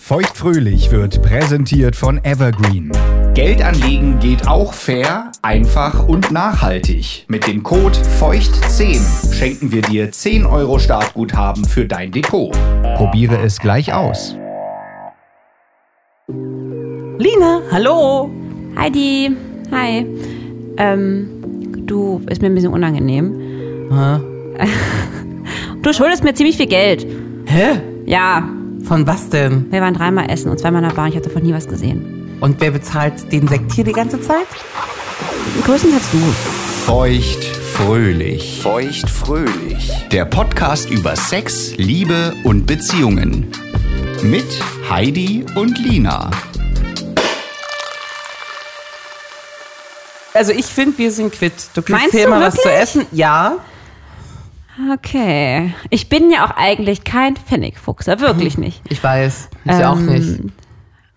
Feuchtfröhlich wird präsentiert von Evergreen. Geld anlegen geht auch fair, einfach und nachhaltig. Mit dem Code Feucht10 schenken wir dir 10 Euro Startguthaben für dein Depot. Probiere es gleich aus. Lina, hallo. Heidi, hi. Ähm, du, ist mir ein bisschen unangenehm. Hä? Du schuldest mir ziemlich viel Geld. Hä? Ja, Von was denn? wir waren dreimal essen und zweimal in der Bar. Ich hatte davon nie was gesehen. Und wer bezahlt den Sekt hier die ganze Zeit? Größtenteils du. Feuchtfröhlich. Feuchtfröhlich. Der Podcast über Sex, Liebe und Beziehungen. Mit Heidi und Lina. Also ich finde, wir sind quitt. Du kriegst Meinst hier du immer was zu wirklich? essen. Ja. Okay. Ich bin ja auch eigentlich kein Pfennigfuchser. Wirklich nicht. Ich weiß. Ich auch nicht.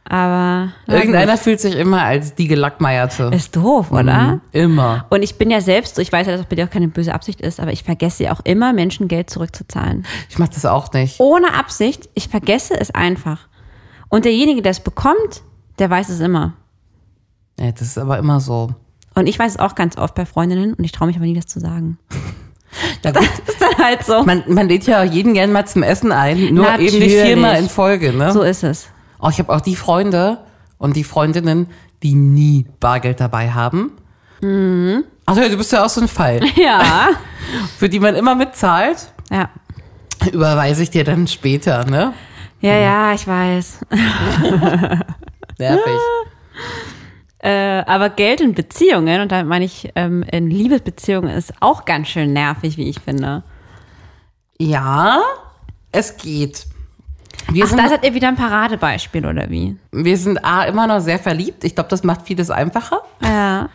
Aber. na Irgendeiner gut. fühlt sich immer als die Gelackmeierte. Ist doof, oder? Mhm. Immer. Und ich bin ja selbst so, ich weiß ja, dass das bei dir auch keine böse Absicht ist, aber ich vergesse ja auch immer, Menschen Geld zurückzuzahlen. Ich mach das auch nicht. Ohne Absicht, ich vergesse es einfach. Und derjenige, der es bekommt, der weiß es immer. Ja, das ist aber immer so. Und ich weiß es auch ganz oft bei Freundinnen und ich traue mich aber nie, das zu sagen. Na gut, Ist dann halt so. man, man lädt ja jeden gern mal zum Essen ein, nur eben nicht Natürlich. viermal in Folge, ne? so ist es. Oh, ich habe auch die Freunde und die Freundinnen, die nie Bargeld dabei haben. Mhm. Ach ja, du bist ja auch so ein Fall, Ja. für die man immer mitzahlt. ja. Überweise ich dir dann später, ne? Ja, ja, ich weiß. Nervig. Äh, aber Geld in Beziehungen, und damit meine ich ähm, in Liebesbeziehungen, ist auch ganz schön nervig, wie ich finde. Ja, es geht. Wir, Ach, sind, da seid ihr wieder ein Paradebeispiel, oder wie? wir sind A, immer noch sehr verliebt. Ich glaube, das macht vieles einfacher. Ja.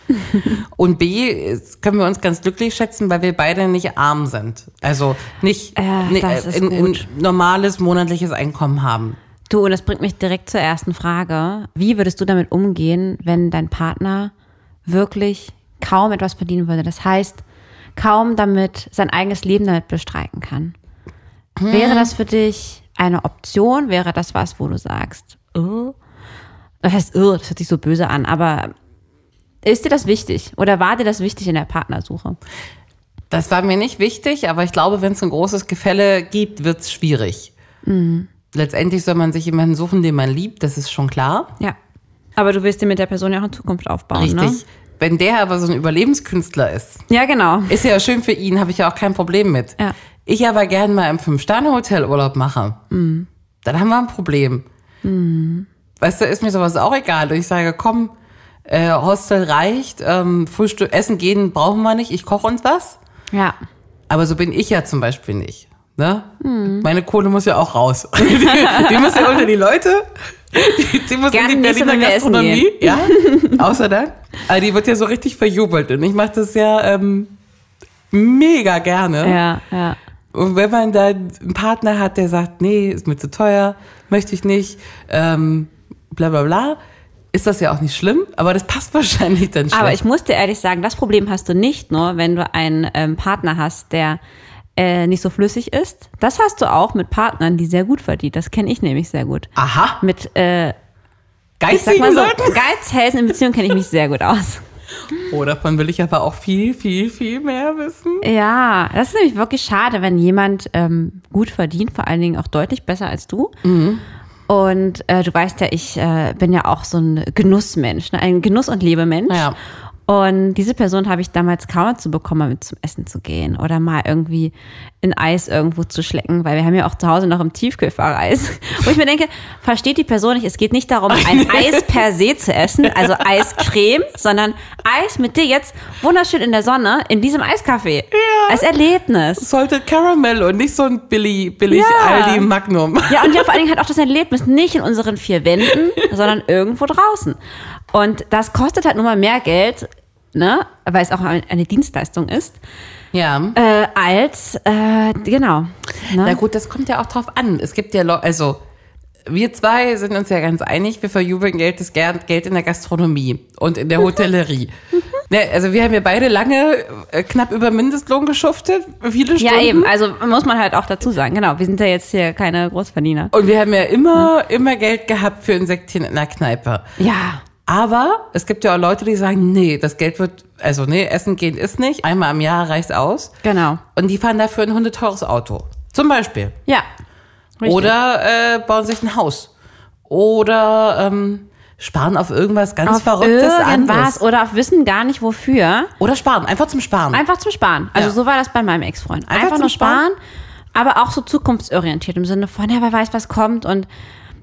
Und B, es können wir uns ganz glücklich schätzen, weil wir beide nicht arm sind. Also nicht Ja, ne- das ist ein, ein gut. normales monatliches Einkommen haben. Du, und das bringt mich direkt zur ersten Frage. Wie würdest du damit umgehen, wenn dein Partner wirklich kaum etwas verdienen würde? Das heißt, kaum damit sein eigenes Leben damit bestreiten kann. Wäre das für dich eine Option? Wäre das was, wo du sagst, oh? das heißt, oh, das hört sich so böse an, aber ist dir das wichtig? Oder war dir das wichtig in der Partnersuche? Das war mir nicht wichtig, aber ich glaube, wenn es ein großes Gefälle gibt, wird's schwierig. Mhm. Letztendlich soll man sich jemanden suchen, den man liebt, das ist schon klar. Ja. Aber du willst dir mit der Person ja auch ne? eine Zukunft aufbauen, Richtig. Wenn der aber so ein Überlebenskünstler ist, ne? Ja, genau. ist ja schön für ihn, habe ich ja auch kein Problem mit. Ja. Ich aber gern mal im Fünf-Sterne-Hotel Urlaub mache, Mhm. dann haben wir ein Problem. Weißt du, ist mir sowas auch egal. Und ich sage, komm, äh, Hostel reicht, ähm, Frühstück, Essen gehen brauchen wir nicht, ich koche uns was. Ja. Aber so bin ich ja zum Beispiel nicht. Ne? Hm. Meine Kohle muss ja auch raus. Die, die muss ja unter die Leute. Die, die muss Gerne in die nächste, Berliner wenn wir essen Gastronomie. Ja. Außer dann. Aber die wird ja so richtig verjubelt. Und ich mache das ja ähm, mega gerne. Ja, ja. Und wenn man da einen Partner hat, der sagt, nee, ist mir zu teuer, möchte ich nicht, ähm, bla bla bla, ist das ja auch nicht schlimm. Aber das passt wahrscheinlich dann schlecht. Aber ich muss dir ehrlich sagen, das Problem hast du nicht nur, wenn du einen ähm, Partner hast, der äh, nicht so flüssig ist. Das hast du auch mit Partnern, die sehr gut verdienen. Das kenne ich nämlich sehr gut. Aha, Mit, äh, ich sag geistigen mal so, Leuten. Geizhälsen in Beziehung kenne ich mich sehr gut aus. Oh, davon will ich aber auch viel, viel, viel mehr wissen. Ja, das ist nämlich wirklich schade, wenn jemand ähm, gut verdient, vor allen Dingen auch deutlich besser als du. Und äh, du weißt ja, ich äh, bin ja auch so ein Genussmensch, ne? ein Genuss- und Lebemensch. Ja. Und diese Person habe ich damals kaum dazu bekommen, mal mit zum Essen zu gehen oder mal irgendwie ein Eis irgendwo zu schlecken, weil wir haben ja auch zu Hause noch im Tiefkühlfach Eis. Wo ich mir denke, versteht die Person nicht, es geht nicht darum, ein Eis per se zu essen, also Eiscreme, sondern Eis mit dir jetzt wunderschön in der Sonne in diesem Eiscafé. Ja. Als Erlebnis. sollte Caramel und nicht so ein billig, billig Ja. Aldi Magnum. Ja, und ja, vor allen Dingen halt auch das Erlebnis nicht in unseren vier Wänden, sondern irgendwo draußen. Und das kostet halt nun mal mehr Geld, ne, weil es auch ein- eine Dienstleistung ist, Ja. äh, als, äh, genau. Na Ne? gut, das kommt ja auch drauf an. Es gibt ja, Leu- also wir zwei sind uns ja ganz einig, wir verjubeln Geld, das Ger- Geld in der Gastronomie und in der Hotellerie. ne, also wir haben ja beide lange äh, knapp über Mindestlohn geschuftet, viele Stunden. Ja, eben. Also muss man halt auch dazu sagen. Genau, wir sind ja jetzt hier keine Großverdiener. Und wir haben ja immer, immer Geld gehabt für ein Säckchen in der Kneipe. Ja. Aber es gibt ja auch Leute, die sagen, nee, das Geld wird, also nee, essen gehen ist nicht. Einmal am Jahr reicht aus. Genau. Und die fahren dafür ein hundeteures Auto. Zum Beispiel. Ja. Richtig. Oder äh, bauen sich ein Haus. Oder ähm, sparen auf irgendwas ganz auf Verrücktes irgendwas anderes. oder auf Wissen gar nicht wofür. Oder sparen, einfach zum Sparen. Einfach zum Sparen. Also Ja. so war das bei meinem Ex-Freund. Einfach, Einfach zum nur sparen, aber auch so zukunftsorientiert im Sinne von, ja, wer weiß, was kommt. Und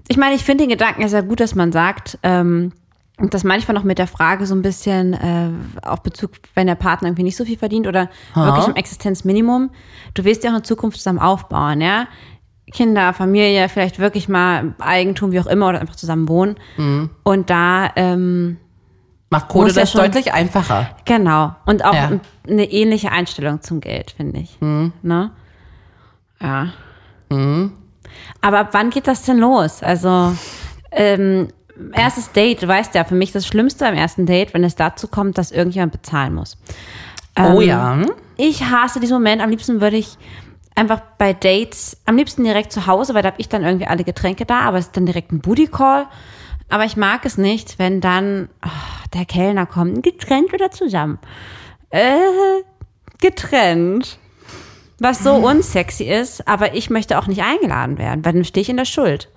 ich meine, ich finde den Gedanken ja sehr gut, dass man sagt, ähm, und das manchmal noch mit der Frage so ein bisschen äh, auf Bezug, wenn der Partner irgendwie nicht so viel verdient oder wirklich im Existenzminimum, du willst ja auch eine Zukunft zusammen aufbauen, ja? Kinder, Familie, vielleicht wirklich mal Eigentum, wie auch immer, oder einfach zusammen wohnen. Mhm. Und da ähm, Macht Kohle Muss ja das schon- deutlich einfacher. Genau. Und auch Ja. eine ähnliche Einstellung zum Geld, finde ich. Ne? Ja. Aber ab wann geht das denn los? Also, ähm, erstes Date, du weißt ja, für mich das Schlimmste am ersten Date, wenn es dazu kommt, dass irgendjemand bezahlen muss. oh Ähm, ja. Ich hasse diesen Moment. Am liebsten würde ich einfach bei Dates, am liebsten direkt zu Hause, weil da habe ich dann irgendwie alle Getränke da, aber es ist dann direkt ein Booty Call. Aber ich mag es nicht, wenn dann ah, der Kellner kommt, ein Getränk oder zusammen. Äh, getrennt. Was so unsexy ist, aber ich möchte auch nicht eingeladen werden, weil dann stehe ich in der Schuld.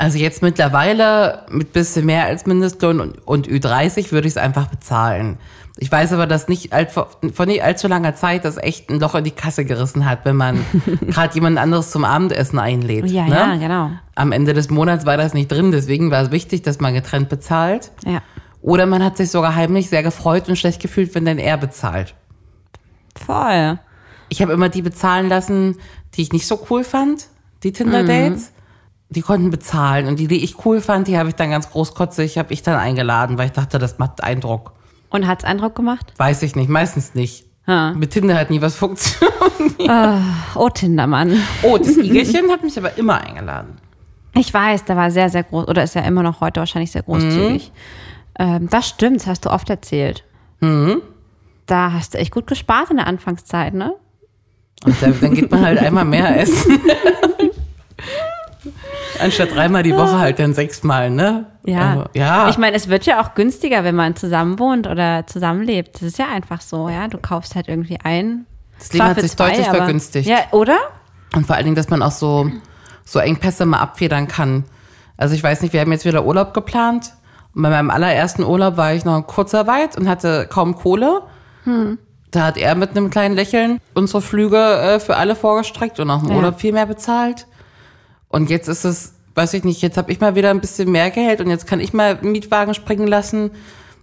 Also jetzt mittlerweile mit bisschen mehr als Mindestlohn und, und Ü30 würde ich es einfach bezahlen. Ich weiß aber, dass nicht alt, von nicht allzu langer Zeit das echt ein Loch in die Kasse gerissen hat, wenn man gerade jemand anderes zum Abendessen einlädt. Ja, ne? ja, genau. Am Ende des Monats war das nicht drin, deswegen war es wichtig, dass man getrennt bezahlt. Ja, Oder man hat sich sogar heimlich sehr gefreut und schlecht gefühlt, wenn dann er bezahlt. voll. Ich habe immer die bezahlen lassen, die ich nicht so cool fand, die Tinder-Dates. Die konnten bezahlen und die, die ich cool fand, die habe ich dann ganz großkotzig, habe ich dann eingeladen, weil ich dachte, das macht Eindruck. Und hat's Eindruck gemacht? Weiß ich nicht, meistens nicht. Ah. Mit Tinder hat nie was funktioniert. Oh, Tindermann. Oh, das Igelchen hat mich aber immer eingeladen. Ich weiß, der war sehr, sehr groß oder ist ja immer noch heute wahrscheinlich sehr großzügig. Ähm, das stimmt, das hast du oft erzählt. Mhm. Da hast du echt gut gespart in der Anfangszeit, ne? Und dann, dann geht man halt einmal mehr essen. Anstatt dreimal die Woche halt dann sechsmal, ne? Ja. Also, ja. Ich meine, es wird ja auch günstiger, wenn man zusammen wohnt oder zusammenlebt. Das ist ja einfach so, ja. Du kaufst halt irgendwie ein. das Leben Zwar hat für sich zwei, deutlich aber- vergünstigt. Ja, oder? Und vor allen Dingen, dass man auch so, so Engpässe mal abfedern kann. Also ich weiß nicht, wir haben jetzt wieder Urlaub geplant. Und bei meinem allerersten Urlaub war ich noch in Kurzarbeit und hatte kaum Kohle. Da hat er mit einem kleinen Lächeln unsere Flüge äh, für alle vorgestreckt und auch im Ja. Urlaub viel mehr bezahlt. Und jetzt ist es, weiß ich nicht, jetzt habe ich mal wieder ein bisschen mehr Geld und jetzt kann ich mal einen Mietwagen springen lassen.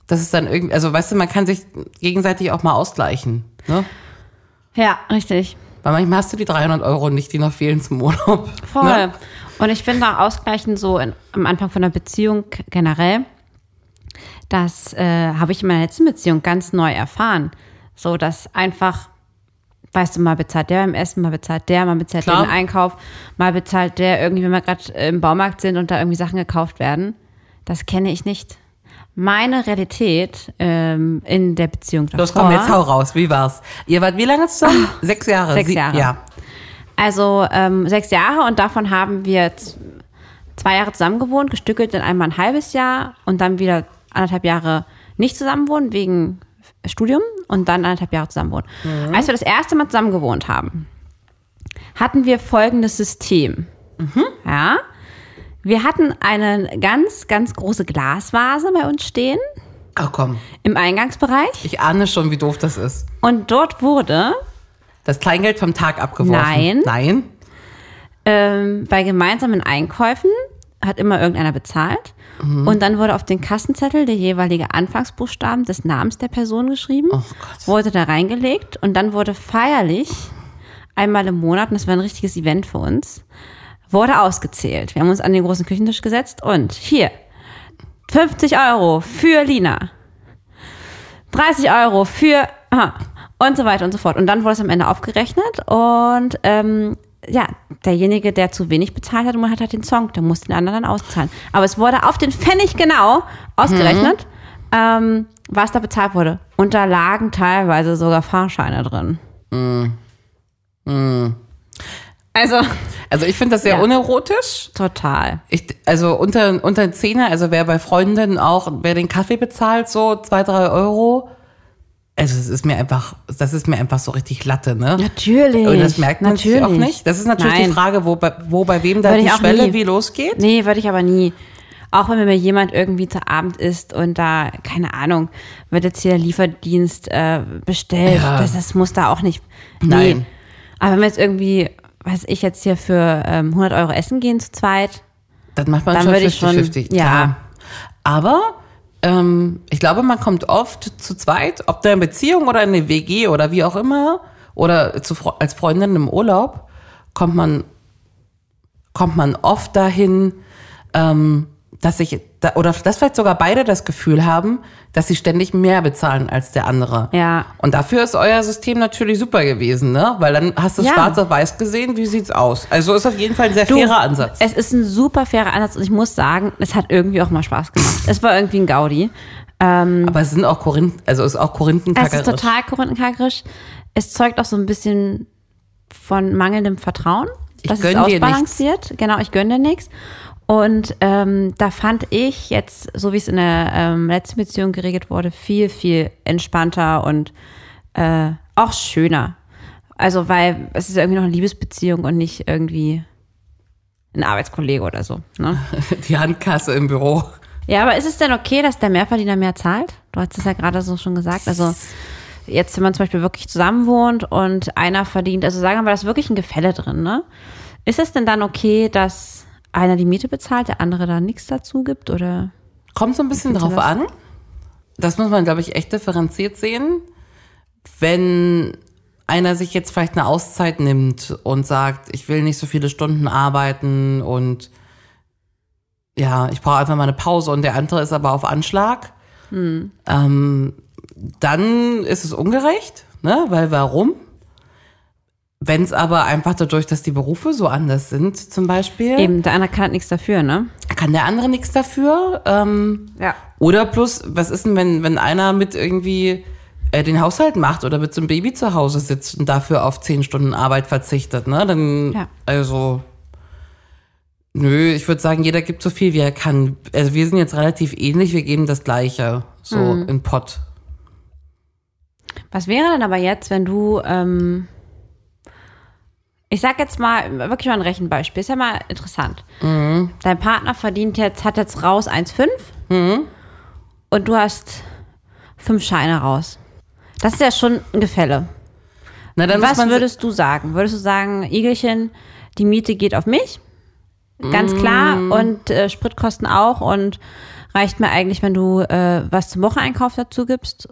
Das ist dann irgendwie, also weißt du, man kann sich gegenseitig auch mal ausgleichen. Ne? Ja, richtig. Weil manchmal hast du die 300 Euro nicht, die noch fehlen zum Urlaub. Voll. Ne? Und ich finde auch ausgleichend so in, am Anfang von einer Beziehung generell, das äh, habe ich in meiner letzten Beziehung ganz neu erfahren. So, dass einfach, weißt du, mal bezahlt der beim Essen, mal bezahlt der, mal bezahlt Klar. der den Einkauf, mal bezahlt der irgendwie, wenn wir gerade im Baumarkt sind und da irgendwie Sachen gekauft werden. Das kenne ich nicht. Meine Realität ähm, in der Beziehung davor, Los, komm, jetzt hau raus. Wie war's? Ihr wart wie lange zusammen? sechs Jahre. Ah. Sechs Sie- Jahre. Ja. Also ähm, sechs Jahre und davon haben wir z- zwei Jahre zusammen gewohnt, gestückelt in einmal ein halbes Jahr und dann wieder anderthalb Jahre nicht zusammen wohnen wegen Studium und dann anderthalb Jahre zusammen wohnen. Als wir das erste Mal zusammen gewohnt haben, hatten wir folgendes System. Ja. Wir hatten eine ganz, ganz große Glasvase bei uns stehen Ach komm, im Eingangsbereich ich ahne schon, wie doof das ist. und dort wurde Das Kleingeld vom Tag abgeworfen. Nein. Nein. ähm, bei gemeinsamen Einkäufen hat immer irgendeiner bezahlt. Und dann wurde auf den Kassenzettel der jeweilige Anfangsbuchstaben des Namens der Person geschrieben, Gott. wurde da reingelegt und dann wurde feierlich einmal im Monat, und das war ein richtiges Event für uns, wurde ausgezählt. Wir haben uns an den großen Küchentisch gesetzt und hier 50 Euro für Lina, 30 Euro für aha, und so weiter und so fort. Und dann wurde es am Ende aufgerechnet und ähm, ja, derjenige, der zu wenig bezahlt hat, und man hat halt den Song, der muss den anderen dann auszahlen. Aber es wurde auf den Pfennig genau ausgerechnet, ähm, was da bezahlt wurde. Und da lagen teilweise sogar Fahrscheine drin. Also, Also ich finde das sehr Ja. unerotisch. total. Ich, also unter, unter den Zehner, also wer bei Freunden auch, wer den Kaffee bezahlt, so zwei, drei Euro. Also es ist mir einfach, das ist mir einfach so richtig Latte, ne? Natürlich. Und das merkt man natürlich auch nicht. Das ist natürlich die Nein. Frage, wo bei, wo bei wem da Würde die ich auch Schwelle nie. wie losgeht. Nee, würde ich aber nie. Auch wenn mir jemand irgendwie zu Abend ist und da, keine Ahnung, wird jetzt hier der Lieferdienst äh, bestellt. Ja. Das, das muss da auch nicht. Nee. Nein. Aber wenn wir jetzt irgendwie, weiß ich, jetzt hier für ähm, 100 Euro essen gehen zu zweit. Dann macht man Dann schon würde ich 50, schon- 50 ja. klar. Aber ähm, ich glaube, man kommt oft zu zweit, ob da in Beziehung oder in eine WG oder wie auch immer, oder zu, Fre- als Freundin im Urlaub, kommt man, kommt man oft dahin, ähm, dass ich, da, oder dass vielleicht sogar beide das Gefühl haben, dass sie ständig mehr bezahlen als der andere. Ja. Und dafür ist euer System natürlich super gewesen, ne? Weil dann hast du es Ja. schwarz auf weiß gesehen, wie sieht's aus? Also ist auf jeden Fall ein sehr fairer Ansatz. Es ist ein super fairer Ansatz und ich muss sagen, es hat irgendwie auch mal Spaß gemacht. es war irgendwie ein Gaudi. Aber es sind auch Korinth, also es ist auch Es ist Korinthenkackerisch. total korinthenkackerisch. Es zeugt auch so ein bisschen von mangelndem Vertrauen. Ich Das ist gönn dir ausbalanciert. Genau, ich gönne dir nichts. Und ähm, da fand ich jetzt, so wie es in der ähm, letzten Beziehung geregelt wurde, viel, viel entspannter und äh, auch schöner. Also, weil es ist ja irgendwie noch eine Liebesbeziehung und nicht irgendwie ein Arbeitskollege oder so. Ne? Die Handkasse im Büro. Ja, aber ist es denn okay, dass der Mehrverdiener mehr zahlt? Du hast es ja gerade so schon gesagt. Also jetzt, wenn man zum Beispiel wirklich zusammen wohnt und einer verdient, also sagen wir mal, da ist wirklich ein Gefälle drin, ne? Ist es denn dann okay, dass einer die Miete bezahlt, der andere da nichts dazu gibt? Oder Kommt so ein bisschen Wie drauf findest du an. Das muss man, glaube ich, echt differenziert sehen. Wenn einer sich jetzt vielleicht eine Auszeit nimmt und sagt, ich will nicht so viele Stunden arbeiten und ja, ich brauche einfach mal eine Pause und der andere ist aber auf Anschlag, ähm, dann ist es ungerecht, ne? Weil warum? Wenn es aber einfach dadurch, dass die Berufe so anders sind, zum Beispiel, eben, der andere kann halt nichts dafür, ne? kann der andere nichts dafür. Ähm, Ja. oder plus, was ist denn, wenn, wenn einer mit irgendwie äh, den Haushalt macht oder mit so einem Baby zu Hause sitzt und dafür auf zehn Stunden Arbeit verzichtet, ne? Dann, Ja. also, nö, ich würde sagen, jeder gibt so viel, wie er kann. Also wir sind jetzt relativ ähnlich, wir geben das Gleiche, so Mhm. im Pott. Was wäre denn aber jetzt, wenn du, ähm, ich sag jetzt mal, wirklich mal ein Rechenbeispiel, ist ja mal interessant. Dein Partner verdient jetzt, hat jetzt raus 1,5 und du hast fünf Scheine raus. Das ist ja schon ein Gefälle. Na, dann muss Was man würdest du sagen? Würdest du sagen, Igelchen, die Miete geht auf mich? Ganz klar. Und äh, Spritkosten auch. Und reicht mir eigentlich, wenn du äh, was zum Wocheneinkauf dazu gibst?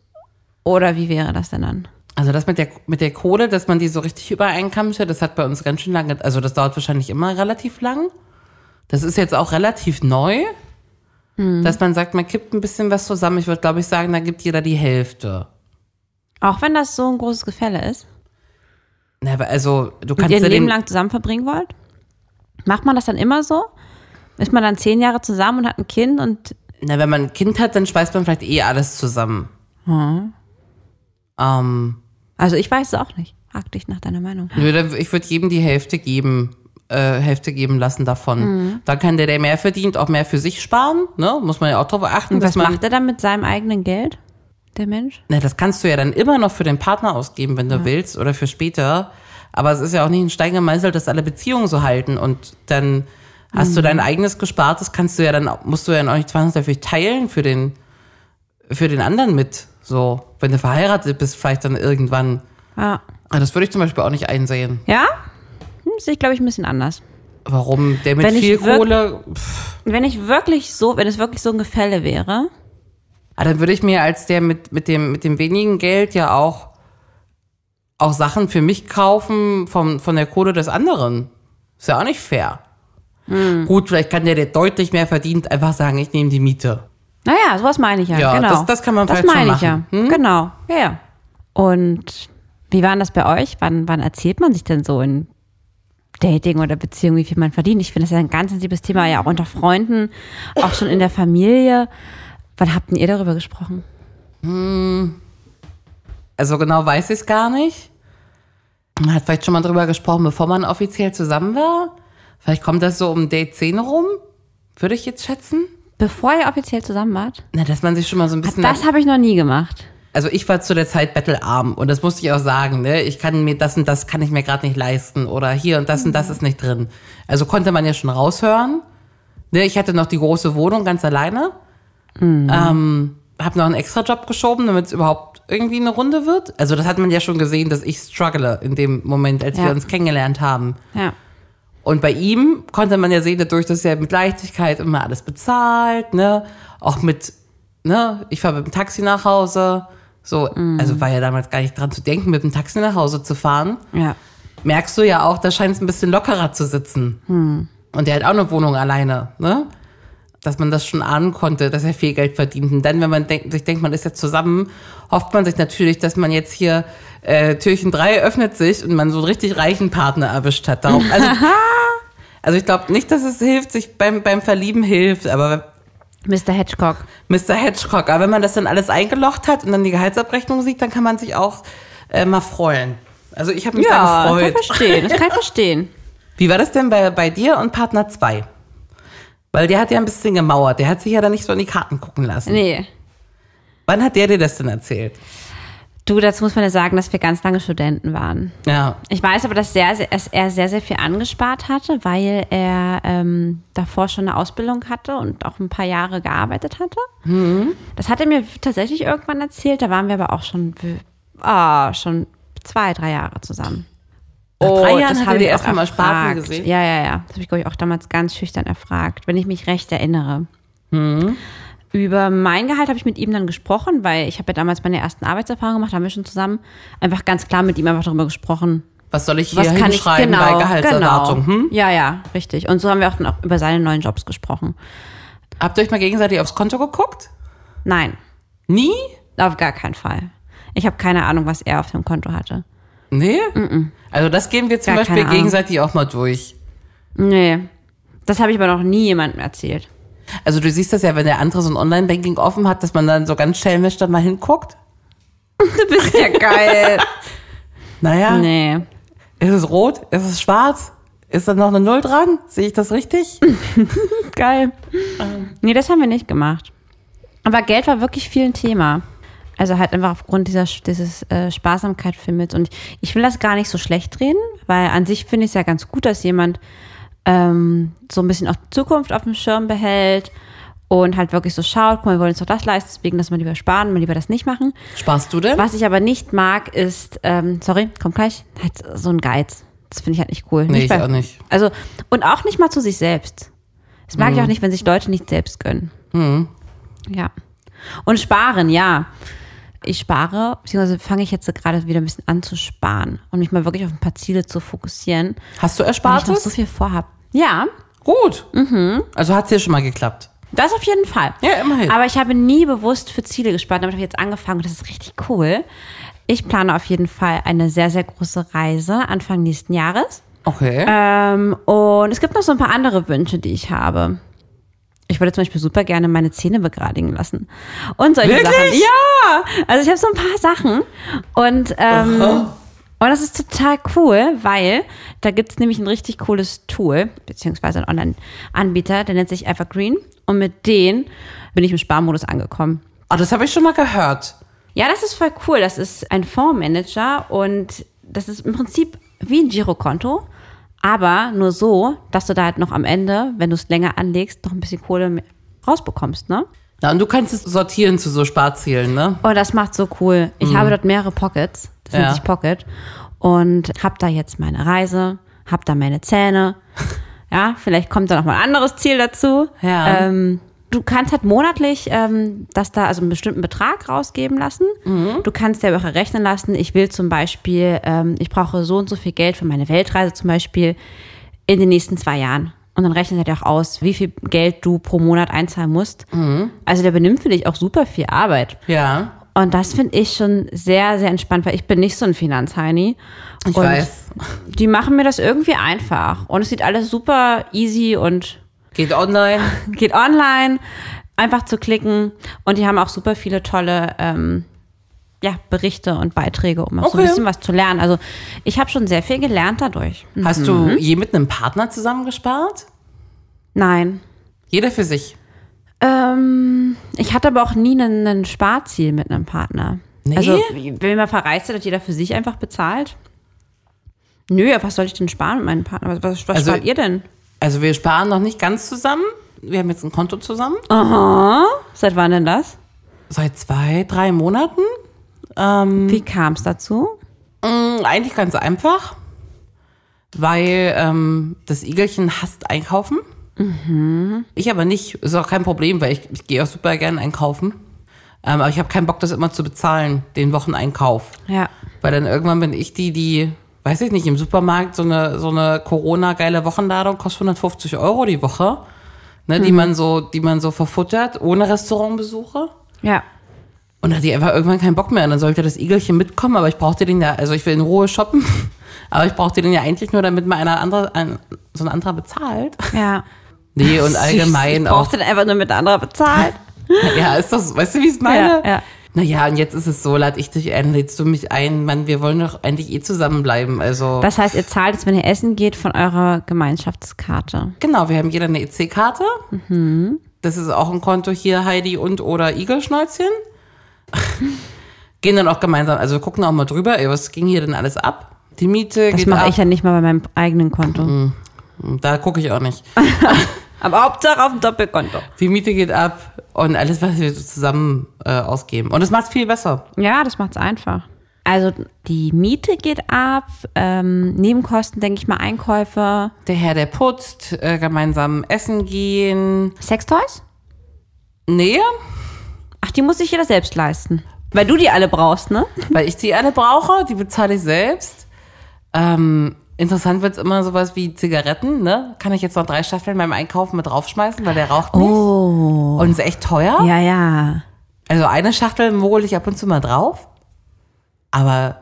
Oder wie wäre das denn dann? Also das mit der, mit der Kohle, dass man die so richtig übereinkampfte, das hat bei uns ganz schön lange, also das dauert wahrscheinlich immer relativ lang. Das ist jetzt auch relativ neu, Hm. dass man sagt, man kippt ein bisschen was zusammen. Ich würde, glaube ich, sagen, da gibt jeder die Hälfte. Auch wenn das so ein großes Gefälle ist Na, aber also du und kannst ihr ja ein Leben den, lang zusammen verbringen wollt, macht man das dann immer so? Ist man dann zehn Jahre zusammen und hat ein Kind und na, wenn man ein Kind hat, dann schweißt man vielleicht eh alles zusammen. Hm. Ähm, also ich weiß es auch nicht. Frag dich nach deiner Meinung. Nö, da- ich würde jedem die Hälfte geben, äh, Hälfte geben lassen davon. Hm. Da kann der, der mehr verdient, auch mehr für sich sparen. Ne? Muss man ja auch darauf achten, Und dass was man macht er dann mit seinem eigenen Geld, der Mensch? Na, das kannst du ja dann immer noch für den Partner ausgeben, wenn du willst, oder für später. Aber es ist ja auch nicht ein Stein gemeißelt, dass alle Beziehungen so halten. Und dann hast du dein eigenes Gespartes, kannst du ja dann, auch- musst du ja auch nicht zwangsläufig teilen für den, für den anderen mit. So, wenn du verheiratet bist, vielleicht dann irgendwann. Ja, Ah, Das würde ich zum Beispiel auch nicht einsehen. ja? Hm, sehe ich glaube ich ein bisschen anders. Warum? Der mit Wenn ich viel wirk- Kohle. Pff, Wenn ich wirklich so, wenn es wirklich so ein Gefälle wäre, Ah, dann würde ich mir als der mit, mit, dem, mit dem wenigen Geld ja auch, auch Sachen für mich kaufen vom, von der Kohle des anderen. Ist ja auch nicht fair. Gut, vielleicht kann der, der deutlich mehr verdient, einfach sagen, ich nehme die Miete. naja, sowas meine ich ja. Ja, genau. das- das kann man Das vielleicht schon meine ich machen. Hm? ja. Genau. Ja, ja. Und wie war denn das bei euch? Wann, wann erzählt man sich denn so in Dating oder Beziehung, wie viel man verdient. Ich finde, das ist ein ganz sensibles Thema, ja auch unter Freunden, auch schon in der Familie. Wann habt denn ihr darüber gesprochen? Also genau weiß ich es gar nicht. Man hat vielleicht schon mal drüber gesprochen, bevor man offiziell zusammen war. Vielleicht kommt das so um Date 10 rum, würde ich jetzt schätzen. Bevor ihr offiziell zusammen wart? Ah, Na, dass man sich schon mal so ein bisschen... Das habe ich noch nie gemacht. also ich war zu der Zeit bettelarm und das musste ich auch sagen, ne? Ich kann mir das und das kann ich mir gerade nicht leisten oder hier und das und das ist nicht drin. Also konnte man ja schon raushören. Ne? Ich hatte noch die große Wohnung ganz alleine. Ähm, hab noch einen extra Job geschoben, damit es überhaupt irgendwie eine Runde wird. Also das hat man ja schon gesehen, dass ich struggle in dem Moment, als Ja. wir uns kennengelernt haben. Ja. Und bei ihm konnte man ja sehen, dadurch, dass er mit Leichtigkeit immer alles bezahlt, ne, auch mit, ne, ich fahre mit dem Taxi nach Hause, so, also war ja damals gar nicht dran zu denken, mit dem Taxi nach Hause zu fahren. Ja. Merkst du ja auch, da scheint es ein bisschen lockerer zu sitzen. Und der hat auch eine Wohnung alleine, ne? Dass man das schon ahnen konnte, dass er viel Geld verdient. Und dann, wenn man denkt, sich denkt, man ist jetzt zusammen, hofft man sich natürlich, dass man jetzt hier äh, Türchen 3 öffnet sich und man so einen richtig reichen Partner erwischt hat. Darum, also, also ich glaube nicht, dass es hilft, sich beim, beim Verlieben hilft, aber Mr. Hedgecock. Mr. Hedgecock. Aber wenn man das dann alles eingelocht hat und dann die Gehaltsabrechnung sieht, dann kann man sich auch äh, mal freuen. Also ich habe mich da das kann gefreut. ich verstehen. Das kann ich verstehen. Wie war das denn bei, bei dir und Partner 2? Weil der hat ja ein bisschen gemauert. Der hat sich ja dann nicht so in die Karten gucken lassen. Nee. Wann hat der dir das denn erzählt? Du, dazu muss man ja sagen, dass wir ganz lange Studenten waren. Ja. Ich weiß aber, dass, sehr, sehr, dass er sehr, sehr viel angespart hatte, weil er ähm, davor schon eine Ausbildung hatte und auch ein paar Jahre gearbeitet hatte. Mhm. Das hat er mir tatsächlich irgendwann erzählt, da waren wir aber auch schon, ah, schon zwei, drei Jahre zusammen. Nach drei Und Jahren das Oh, hat er habe dir ich auch erst einmal Spaten erfragt. gesehen. Ja, ja, ja. Das habe ich, glaube ich, auch damals ganz schüchtern erfragt, wenn ich mich recht erinnere. Mhm. Über mein Gehalt habe ich mit ihm dann gesprochen, weil ich habe ja damals meine ersten Arbeitserfahrungen gemacht, haben wir schon zusammen einfach ganz klar mit ihm einfach darüber gesprochen, Was soll ich hier was kann ich hinschreiben genau, bei Gehaltserwartung? Genau. Hm? Ja, ja, richtig. Und so haben wir auch noch über seine neuen Jobs gesprochen. Habt ihr euch mal gegenseitig aufs Konto geguckt? Nein, Nie? auf gar keinen Fall. Ich habe keine Ahnung, was er auf dem Konto hatte. Nee? Also das gehen wir zum Gar Beispiel keine Ahnung. gegenseitig auch mal durch. Nee, das habe ich aber noch nie jemandem erzählt. Also du siehst das ja, wenn der andere so ein Online-Banking offen hat, dass man dann so ganz schelmisch da mal hinguckt. Du bist ja geil. Naja, nee. ist es rot? Ist es schwarz? Ist da noch eine Null dran? Sehe ich das richtig? Mm. Geil. Nee, das haben wir nicht gemacht. Aber Geld war wirklich viel ein Thema. Also halt einfach aufgrund dieser, dieses äh, Sparsamkeit Films. Und ich will das gar nicht so schlecht reden, weil an sich finde ich es ja ganz gut, dass jemand ähm, so ein bisschen auch die Zukunft auf dem Schirm behält und halt wirklich so schaut, guck mal, wir wollen uns doch das leisten, deswegen lassen wir lieber sparen, wir lieber das nicht machen. Sparst du denn? Was ich aber nicht mag, ist, ähm, sorry, kommt gleich, halt so ein Geiz. Das finde ich halt nicht cool. Nee, ich auch nicht. Also, und auch nicht mal zu sich selbst. Das mag ich Mhm. auch nicht, wenn sich Leute nicht selbst gönnen. Ja. Und sparen, ja. Ich spare, beziehungsweise fange ich jetzt gerade wieder ein bisschen an zu sparen und mich mal wirklich auf ein paar Ziele zu fokussieren. Hast du Weil ich noch Erspartes? so viel vorhab. Ja, Gut. Also hat es dir schon mal geklappt. das auf jeden Fall. Ja, immerhin. Aber ich habe nie bewusst für Ziele gespart. Damit habe ich jetzt angefangen. Das ist richtig cool. Ich plane auf jeden Fall eine sehr, sehr große Reise Anfang nächsten Jahres. Okay. Ähm, und es gibt noch so ein paar andere Wünsche, die ich habe. Ich würde zum Beispiel super gerne meine Zähne begradigen lassen. Und solche Wirklich? Sachen. Ja! Also ich habe so ein paar Sachen. Und, ähm, und das ist total cool, weil da gibt's nämlich ein richtig cooles Tool, beziehungsweise einen Online-Anbieter, der nennt sich Evergreen. Und mit denen bin ich im Sparmodus angekommen. Ah, das habe ich schon mal gehört. Ja, das ist voll cool. Das ist ein Fondsmanager und das ist im Prinzip wie ein Girokonto, aber nur so, dass du da halt noch am Ende, wenn du es länger anlegst, noch ein bisschen Kohle mehr rausbekommst, ne? Na, und du kannst es sortieren zu so Sparzielen, ne? Und Oh, das macht so cool. Ich habe dort mehrere Pockets. Das Mhm. Ja. nennt sich Pocket. Und hab da jetzt meine Reise, hab da meine Zähne. ja, vielleicht kommt da noch mal ein anderes Ziel dazu. Ja. Ähm, du kannst halt monatlich ähm, das da, also einen bestimmten Betrag rausgeben lassen. Mhm. Du kannst dir aber auch errechnen lassen, ich will zum Beispiel, ähm, ich brauche so und so viel Geld für meine Weltreise zum Beispiel in den nächsten zwei Jahren. Und dann rechnet er dir auch aus, wie viel Mhm. Geld du pro Monat einzahlen musst. Also der benimmt für dich auch super viel Arbeit. Ja. Und das finde ich schon sehr, sehr entspannt, weil ich bin nicht so ein Finanzheini. Ich und weiß. Die machen mir das irgendwie einfach. Und es sieht alles super easy und Geht online. geht online, einfach zu klicken. Und die haben auch super viele tolle ähm, ja, Berichte und Beiträge, um auch so ein Okay. bisschen was zu lernen. Also ich habe schon sehr viel gelernt dadurch. Hast du je mit einem Partner zusammengespart? Nein. Jeder für sich. Ähm, ich hatte aber auch nie einen, einen Sparziel mit einem Partner. Nee? Also, wenn wir mal verreist sind, hat jeder für sich einfach bezahlt. Nö, ja, was soll ich denn sparen mit meinem Partner? Was, was, was Also- spart ihr denn? Also wir sparen noch nicht ganz zusammen. Wir haben jetzt ein Konto zusammen. Seit wann denn das? Seit zwei, drei Monaten. Ähm, Wie kam es dazu? mh, Hm, eigentlich ganz einfach, weil ähm, das Igelchen hasst einkaufen. Ich aber nicht. Ist auch kein Problem, weil ich, ich gehe auch super gerne einkaufen. Ähm, aber ich habe keinen Bock, das immer zu bezahlen, den Wocheneinkauf. Ja. Weil dann irgendwann bin ich die, die, weiß ich nicht, im Supermarkt so eine, so eine Corona-geile Wochenladung kostet 150 Euro die Woche, ne, die man so, die man so verfuttert, ohne Restaurantbesuche. Ja. Und da hatte ich einfach irgendwann keinen Bock mehr. Und dann sollte das Igelchen mitkommen, aber ich brauchte den ja, also ich will in Ruhe shoppen, aber ich brauchte den ja eigentlich nur, damit mal einer andere, ein, so ein anderer bezahlt. Ja. Nee, und allgemein ich auch. brauchte dann einfach nur mit anderer bezahlt. Ja, ist das, weißt du, wie ich es meine? Ja, ja. Naja, und jetzt ist es so, lad ich dich ein, lädst du mich ein, Mann, wir wollen doch eigentlich eh zusammenbleiben. Also. Das heißt, ihr zahlt es, wenn ihr essen geht, von eurer Gemeinschaftskarte. Genau, wir haben jeder eine EC-Karte. Das ist auch ein Konto hier, Heidi und oder Igelschnäuzchen. Gehen dann auch gemeinsam, also wir gucken auch mal drüber, ey, was ging hier denn alles ab? Die Miete Das geht mache ab. Hm. ich ja nicht mal bei meinem eigenen Konto. Da gucke ich auch nicht. Aber Hauptsache auf dem Doppelkonto. Die Miete geht ab und alles, was wir so zusammen äh, ausgeben. Und es macht viel besser. Ja, das macht's einfach. Also die Miete geht ab, ähm, Nebenkosten, denke ich mal, Einkäufe. Der Herr, der putzt, äh, gemeinsam essen gehen. Sextoys? Nee, Ach, die muss sich jeder selbst leisten. Weil du die alle brauchst, ne? weil ich die alle brauche, die bezahle ich selbst. Ähm, interessant wird's immer sowas wie Zigaretten, ne? Kann ich jetzt noch drei Staffeln beim Einkaufen mit draufschmeißen, weil der raucht nicht. Oh. Und ist echt teuer. Ja, ja. Also eine Schachtel mogel ich ab und zu mal drauf. Aber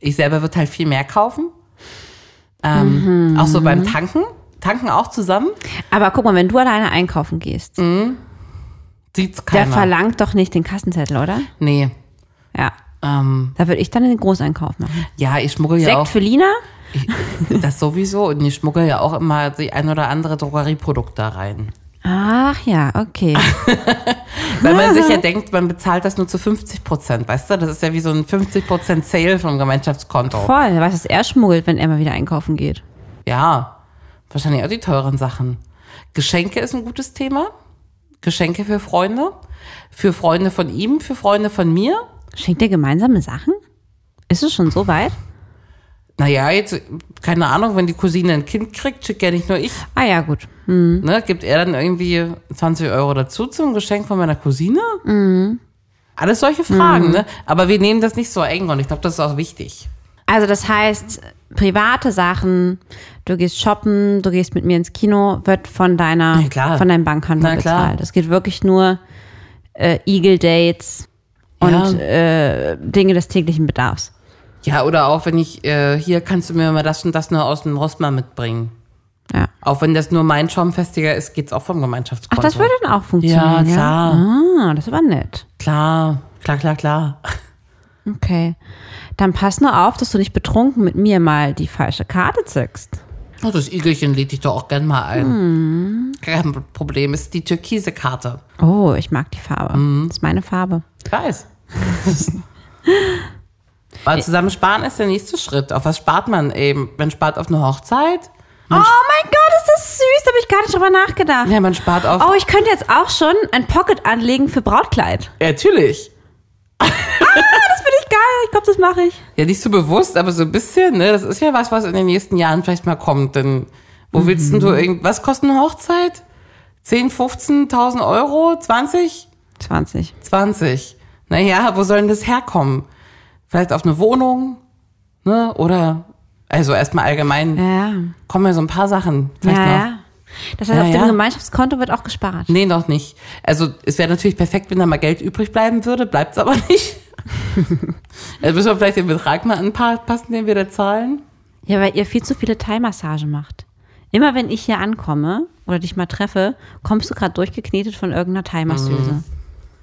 ich selber würde halt viel mehr kaufen. Mhm. Ähm, Auch so beim Tanken. Tanken auch zusammen. Aber guck mal, wenn du alleine einkaufen gehst, Sieht's der keiner. verlangt doch nicht den Kassenzettel, oder? nee. Ja. Ähm, Da würde ich dann den Großeinkauf machen. ja, ich schmuggel ja Sekt auch für Lina? das sowieso und ich schmuggel ja auch immer die ein oder andere Drogerieprodukt da rein. Ach ja, okay. Weil man sich ja denkt, man bezahlt das nur zu 50 Prozent, weißt du? Das ist ja wie so ein 50 Prozent Sale vom Gemeinschaftskonto. Voll. Weißt du, was er schmuggelt, wenn er mal wieder einkaufen geht? Ja, wahrscheinlich auch die teuren Sachen. Geschenke ist ein gutes Thema. Geschenke für Freunde. Für Freunde von ihm, für Freunde von mir. Schenkt ihr gemeinsame Sachen? Ist es schon so weit? Naja, jetzt, keine Ahnung, wenn die Cousine ein Kind kriegt, schickt ja nicht nur ich. Ah ja, gut. Ne? Gibt er dann irgendwie 20 Euro dazu zum Geschenk von meiner Cousine? Mhm. Alles solche Fragen, ne? Aber wir nehmen das nicht so eng und ich glaube, das ist auch wichtig. Also das heißt, private Sachen, du gehst shoppen, du gehst mit mir ins Kino, wird von deiner, Na klar. von deinem Bankkonto Na klar. bezahlt. Es geht wirklich nur äh, Eagle-Dates und Ja. äh, Dinge des täglichen Bedarfs. Ja, oder auch wenn ich, äh, hier kannst du mir mal das und das nur aus dem Rossmann mitbringen. Ja. Auch wenn das nur mein Schaumfestiger ist, geht's auch vom Gemeinschaftskonto. Ach, das würde dann auch Ja, funktionieren. klar, Ah, das war nett. klar, klar, klar, klar. Okay. Dann pass nur auf, dass du nicht betrunken mit mir mal die falsche Karte zückst. Oh, das Igelchen lädt dich doch auch gern mal ein. Hm. Kein Problem, ist die türkise Karte. Oh, ich mag die Farbe. Mhm. Das ist meine Farbe. Ich weiß. Aber zusammen sparen ist der nächste Schritt. Auf was spart man eben? Man spart auf eine Hochzeit. Man, Oh mein Gott, ist das süß. Da habe ich gar nicht drüber nachgedacht. ja, man spart auf. Oh, ich könnte jetzt auch schon ein Pocket anlegen für Brautkleid. Ah, Ja, natürlich. Das finde ich geil. Ich glaube, das mache ich. Ja, nicht so bewusst, aber so ein bisschen, ne? Das ist ja was, was in den nächsten Jahren vielleicht mal kommt. Denn wo willst Mhm. denn du irgend, was kostet eine Hochzeit? 10, 15.000 Euro? 20? 20. 20. Naja, wo soll denn das herkommen? Vielleicht auf eine Wohnung, ne? Oder, also erstmal allgemein, Ja, ja. kommen ja so ein paar Sachen vielleicht Ja, noch. ja. Das heißt, Ja, auf ja. dem Gemeinschaftskonto wird auch gespart. Nee, noch nicht. Also es wäre natürlich perfekt, wenn da mal Geld übrig bleiben würde, bleibt es aber nicht. Jetzt müssen wir vielleicht den Betrag mal anpassen, den wir da zahlen. Ja, weil ihr viel zu viele Thai-Massagen macht. Immer wenn ich hier ankomme oder dich mal treffe, kommst du gerade durchgeknetet von irgendeiner Thai-Masseuse. Mhm.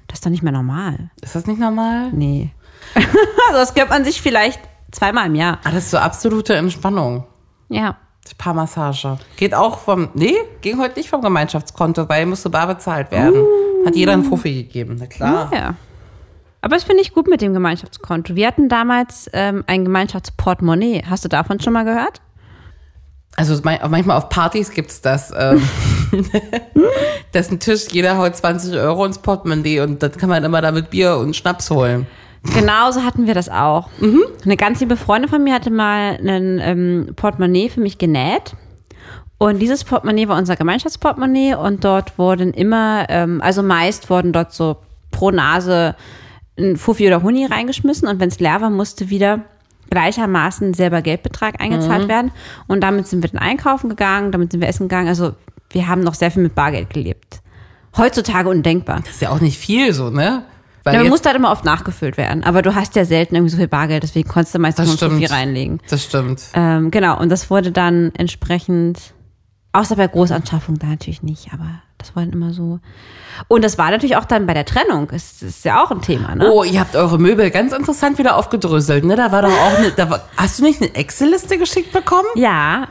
Das ist doch nicht mehr normal. Ist das nicht normal? Nee. also das gönnt man sich vielleicht zweimal im Jahr. Ah, das ist so absolute Entspannung. Ja. Spa-Massage. Geht auch vom, nee, ging heute nicht vom Gemeinschaftskonto, weil musste bar bezahlt werden. Uh. Hat jeder einen Fuffi gegeben, na klar. Ja. Aber das finde ich gut mit dem Gemeinschaftskonto. Wir hatten damals ähm, ein Gemeinschaftsportemonnaie. Hast du davon schon mal gehört? Also man- manchmal auf Partys gibt's das. Ähm, Hm? das ist ein Tisch, jeder haut 20 Euro ins Portemonnaie und dann kann man immer damit Bier und Schnaps holen. Genauso hatten wir das auch. Eine ganz liebe Freundin von mir hatte mal ein ähm, Portemonnaie für mich genäht. Und dieses Portemonnaie war unser Gemeinschaftsportemonnaie und dort wurden immer, ähm, also meist wurden dort so pro Nase ein Fuffi oder Huni reingeschmissen und wenn es leer war, musste wieder gleichermaßen selber Geldbetrag eingezahlt werden. Und damit sind wir dann einkaufen gegangen, damit sind wir essen gegangen. Also wir haben noch sehr viel mit Bargeld gelebt. Heutzutage undenkbar. Ist ja auch nicht viel so, ne? Weil Ja, man jetzt- muss halt immer oft nachgefüllt werden. Aber du hast ja selten irgendwie so viel Bargeld, deswegen konntest du meistens Das nur so stimmt. viel reinlegen. das stimmt. Ähm, genau, und das wurde dann entsprechend, außer bei Großanschaffung da natürlich nicht, aber das war dann immer so. Und das war natürlich auch dann bei der Trennung, ist, ist ja auch ein Thema, ne? Oh, ihr habt eure Möbel ganz interessant wieder aufgedröselt, ne? Da war doch auch eine, da war, hast du nicht eine Excel-Liste geschickt bekommen? Ja,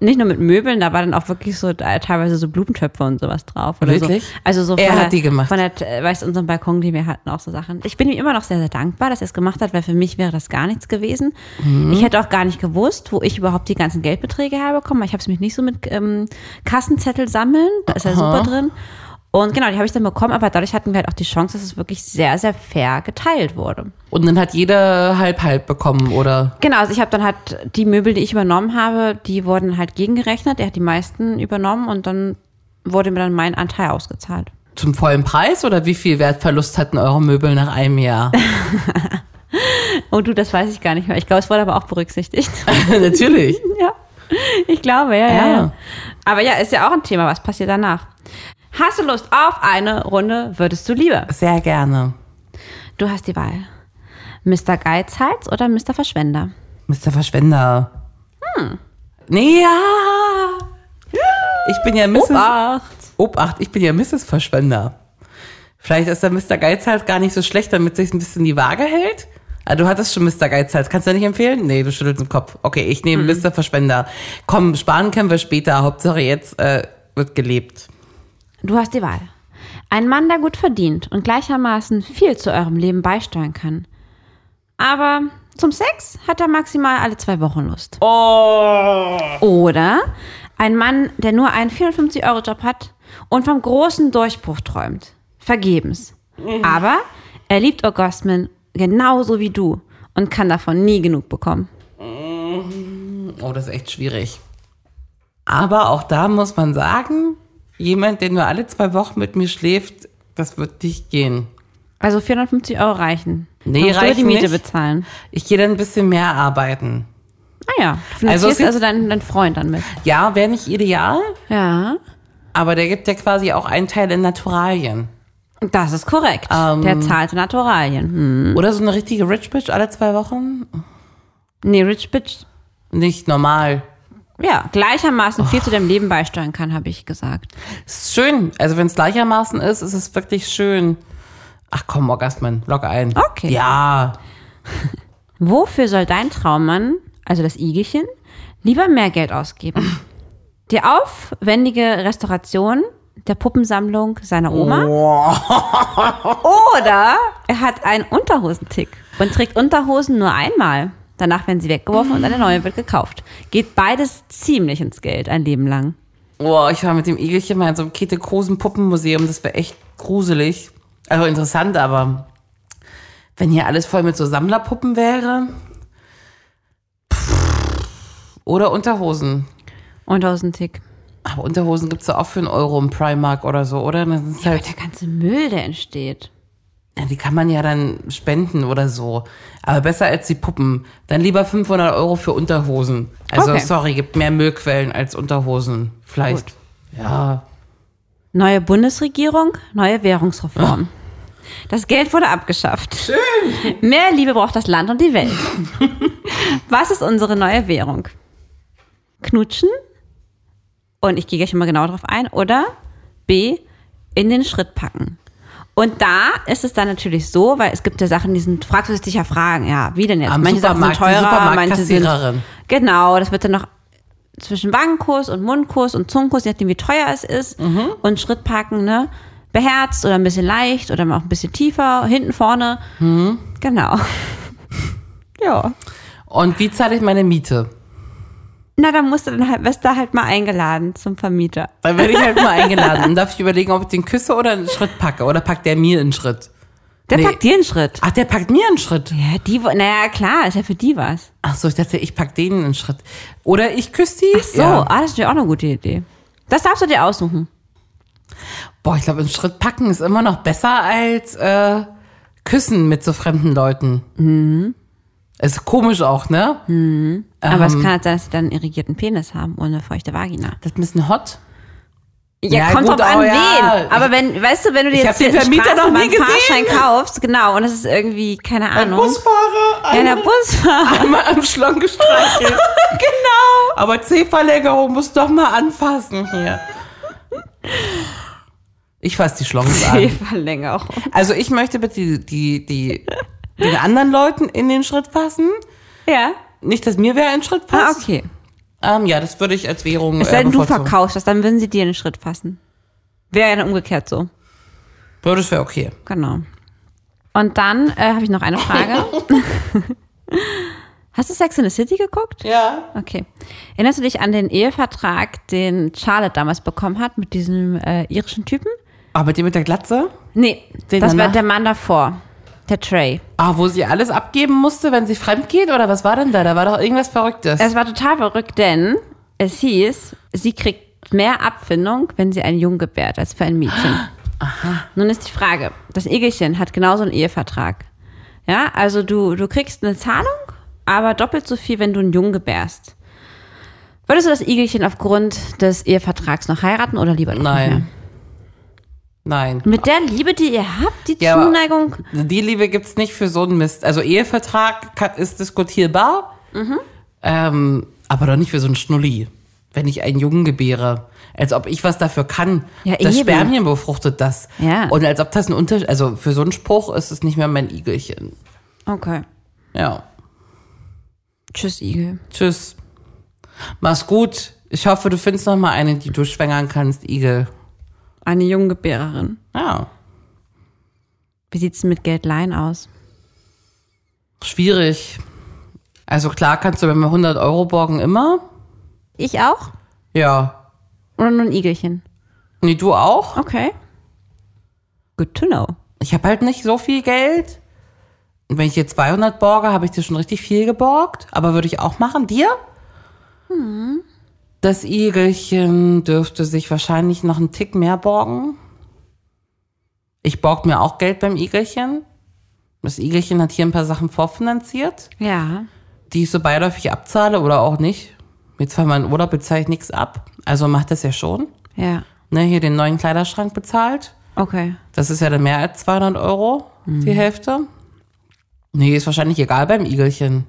nicht nur mit Möbeln, da war dann auch wirklich so äh, teilweise so Blumentöpfe und sowas drauf. Oder Wirklich? So. Also so Er von hat der, die gemacht. Von der, äh, weißt du, unserem Balkon, den wir hatten, auch so Sachen. Ich bin ihm immer noch sehr, sehr dankbar, dass er es gemacht hat, weil für mich wäre das gar nichts gewesen. Mhm. Ich hätte auch gar nicht gewusst, wo ich überhaupt die ganzen Geldbeträge herbekomme. Ich habe es mich nicht so mit ähm, Kassenzettel sammeln, da ist ja super drin. Und genau, die habe ich dann bekommen, aber dadurch hatten wir halt auch die Chance, dass es wirklich sehr, sehr fair geteilt wurde. Und dann hat jeder halb halb bekommen, oder? Genau, also ich habe dann halt die Möbel, die ich übernommen habe, die wurden halt gegengerechnet. Er hat die meisten übernommen und dann wurde mir dann mein Anteil ausgezahlt. Zum vollen Preis oder wie viel Wertverlust hatten eure Möbel nach einem Jahr? Oh du, das weiß ich gar nicht mehr. Ich glaube, es wurde aber auch berücksichtigt. Natürlich. ja, ich glaube, ja, ja, Ja. ja. Aber ja, ist ja auch ein Thema. Was passiert danach? Hast du Lust auf eine Runde? Würdest du lieber? Sehr gerne. Du hast die Wahl. Mr. Geizhals oder Mr. Verschwender? Mr. Verschwender. Hm. Nee, ja. Ich bin ja Mrs. Obacht! Obacht, ich bin ja Mrs. Verschwender. Vielleicht ist der Mr. Geizhals gar nicht so schlecht, damit sich ein bisschen die Waage hält. Ah, du hattest schon Mr. Geizhals. Kannst du nicht empfehlen? Nee, du schüttelst den Kopf. Okay, ich nehme Mr. Verschwender. Komm, sparen können wir später. Hauptsache jetzt äh, wird gelebt. Du hast die Wahl. Ein Mann, der gut verdient und gleichermaßen viel zu eurem Leben beisteuern kann. Aber zum Sex hat er maximal alle zwei Wochen Lust. Oh. Oder ein Mann, der nur einen 450-Euro-Job hat und vom großen Durchbruch träumt. Vergebens. Mhm. Aber er liebt Orgasmen genauso wie du und kann davon nie genug bekommen. Oh, das ist echt schwierig. Aber auch da muss man sagen, jemand, der nur alle zwei Wochen mit mir schläft, das wird nicht gehen. Also 450 Euro reichen. Nee, Musst du die reichen Miete nicht. bezahlen. Ich gehe dann ein bisschen mehr arbeiten. Ah ja, du Also also, es gibt- also deinen, deinen Freund dann mit. Ja, wäre nicht ideal, Ja. aber der gibt ja quasi auch einen Teil in Naturalien. Das ist korrekt. der zahlte Naturalien. Hm. Oder so eine richtige Rich Bitch alle zwei Wochen? Nee, Rich Bitch. Nicht normal. Ja, gleichermaßen viel zu deinem Leben beisteuern kann, habe ich gesagt. Ist schön. Also wenn es gleichermaßen ist, ist es wirklich schön. Ach komm, Orgasmen, lock ein. Okay. Ja. Wofür soll dein Traummann, also das Igelchen, lieber mehr Geld ausgeben? Die aufwendige Restauration der Puppensammlung seiner Oma? Oder er hat einen Unterhosentick und trägt Unterhosen nur einmal. Danach werden sie weggeworfen und eine neue wird gekauft. Geht beides ziemlich ins Geld, ein Leben lang. Boah, ich war mit dem Igelchen mal in so einem Käthe-Großen Puppenmuseum. Das wäre echt gruselig. Also interessant, aber wenn hier alles voll mit so Sammlerpuppen wäre. Pff. Oder Unterhosen. Unterhosentick. Aber Unterhosen gibt's ja auch für einen Euro im Primark oder so, oder? Das ist Ja, aber halt, der ganze Müll, der entsteht. ja, die kann man ja dann spenden oder so. Aber besser als die Puppen. Dann lieber 500 Euro für Unterhosen. Also Okay. sorry, gibt mehr Müllquellen als Unterhosen. Vielleicht. Gut. Ja, Neue Bundesregierung, neue Währungsreform. Ah. Das Geld wurde abgeschafft. Schön. Mehr Liebe braucht das Land und die Welt. Was ist unsere neue Währung? Knutschen? Und ich gehe gleich mal genau drauf ein. Oder B, in den Schritt packen. Und da ist es dann natürlich so, weil es gibt ja Sachen, die sind, fragst du dich ja Fragen, ja, wie denn jetzt? Am manche Sachen sind Supermarkt, die teurer, manche Supermarktkassiererin. sind. Genau, das wird dann noch zwischen Wangenkurs und Mundkurs und Zungenkurs, je nachdem, wie teuer es ist. Mhm. Und Schrittpacken, ne? Beherzt oder ein bisschen leicht oder auch ein bisschen tiefer, hinten, vorne. Mhm. Genau. ja. Und wie zahle ich meine Miete? Na, dann musst du dann halt, wirst du halt mal eingeladen zum Vermieter. Dann werde ich halt mal eingeladen. Dann darf ich überlegen, ob ich den küsse oder einen Schritt packe. Oder packt der mir einen Schritt? Der Nee. Ah. packt dir einen Schritt. Ach, der packt mir einen Schritt. Ja, die, wo- naja, klar, ist ja für die was. Ach so, ich dachte, ich pack denen einen Schritt. Oder ich küsse die. Ach so, Ja. ah, das ist ja auch eine gute Idee. Das darfst du dir aussuchen. Boah, ich glaube, einen Schritt packen ist immer noch besser als äh, küssen mit so fremden Leuten. Mhm. Ist komisch auch, ne? Aber Ähm. es kann halt sein, dass sie dann einen irrigierten Penis haben und eine feuchte Vagina. Das ist ein bisschen hot. Ja, Ja, kommt gut, drauf an, oh ja. wen. Aber wenn, weißt du, wenn du dir Ich jetzt hab den hier einen Vermieter noch nie Straßenbahnfahrschein kaufst, genau, und das ist irgendwie, keine Ahnung. Busfahrer, ja, der Busfahrer. Einmal am Schlong gestreichelt. genau. Aber C-Verlängerung muss doch mal anfassen hier. Ich fasse die Schlongs an. Verlängerung. Also ich möchte bitte die, die, die, den anderen Leuten in den Schritt fassen. Ja. Nicht, dass mir wer einen Schritt Ah, passt. okay. ähm, ja, das würde ich als Währung Es sei äh, denn, du bevorzugen. verkaufst das, dann würden sie dir einen Schritt fassen. Wäre ja dann umgekehrt so. Ja, das wäre okay. Genau. Und dann äh, habe ich noch eine Frage. Hast du Sex in the City geguckt? Ja. Okay. Erinnerst du dich an den Ehevertrag, den Charlotte damals bekommen hat mit diesem äh, irischen Typen? Aber mit dem mit der Glatze? Nee, Den das war danach? der Mann davor. Der Trey. Ah, wo sie alles abgeben musste, wenn sie fremd geht? Oder was war denn da? Da war doch irgendwas Verrücktes. Es war total verrückt, denn es hieß, sie kriegt mehr Abfindung, wenn sie einen Jungen gebärt, als für ein Mädchen. Nun ist die Frage, das Igelchen hat genauso einen Ehevertrag. Ja, also du, du kriegst eine Zahlung, aber doppelt so viel, wenn du einen Jungen gebärst. Würdest du das Igelchen aufgrund des Ehevertrags noch heiraten oder lieber nicht mehr? Nein. Nein. Mit der Liebe, die ihr habt, die Ja, aber- Zuneigung. Die Liebe gibt's nicht für so einen Mist. Also Ehevertrag kann, ist diskutierbar, ähm, aber doch nicht für so einen Schnulli. Wenn ich einen Jungen gebäre, als ob ich was dafür kann. Ja, das eben. Spermien befruchtet das. Ja. Und als ob das ein Unterschied, also für so einen Spruch ist es nicht mehr mein Igelchen. Okay. Ja. Tschüss, Igel. Tschüss. Mach's gut. Ich hoffe, du findest noch mal eine, die du schwängern kannst, Igel. Eine Junggebärerin. Ja. Wie sieht's denn mit Geldleihen aus? Schwierig. Also klar kannst du, wenn wir 100 Euro borgen, immer. Ich auch? Ja. Oder nur ein Igelchen? Nee, du auch? Okay. Good to know. ich habe halt nicht so viel Geld. Und wenn ich jetzt 200 borge, habe ich dir schon richtig viel geborgt. Aber würde ich auch machen. Dir? Hm. Das Igelchen dürfte sich wahrscheinlich noch einen Tick mehr borgen. Ich borg mir auch Geld beim Igelchen. Das Igelchen hat hier ein paar Sachen vorfinanziert, Ja. die ich so beiläufig abzahle oder auch nicht. Jetzt fahren wir in Urlaub, bezahle ich nichts ab. Also macht das ja schon. Ja. Ne, hier den neuen Kleiderschrank bezahlt. Okay. Das ist ja dann mehr als 200 Euro, die Mhm. Hälfte. Nee, ist wahrscheinlich egal beim Igelchen.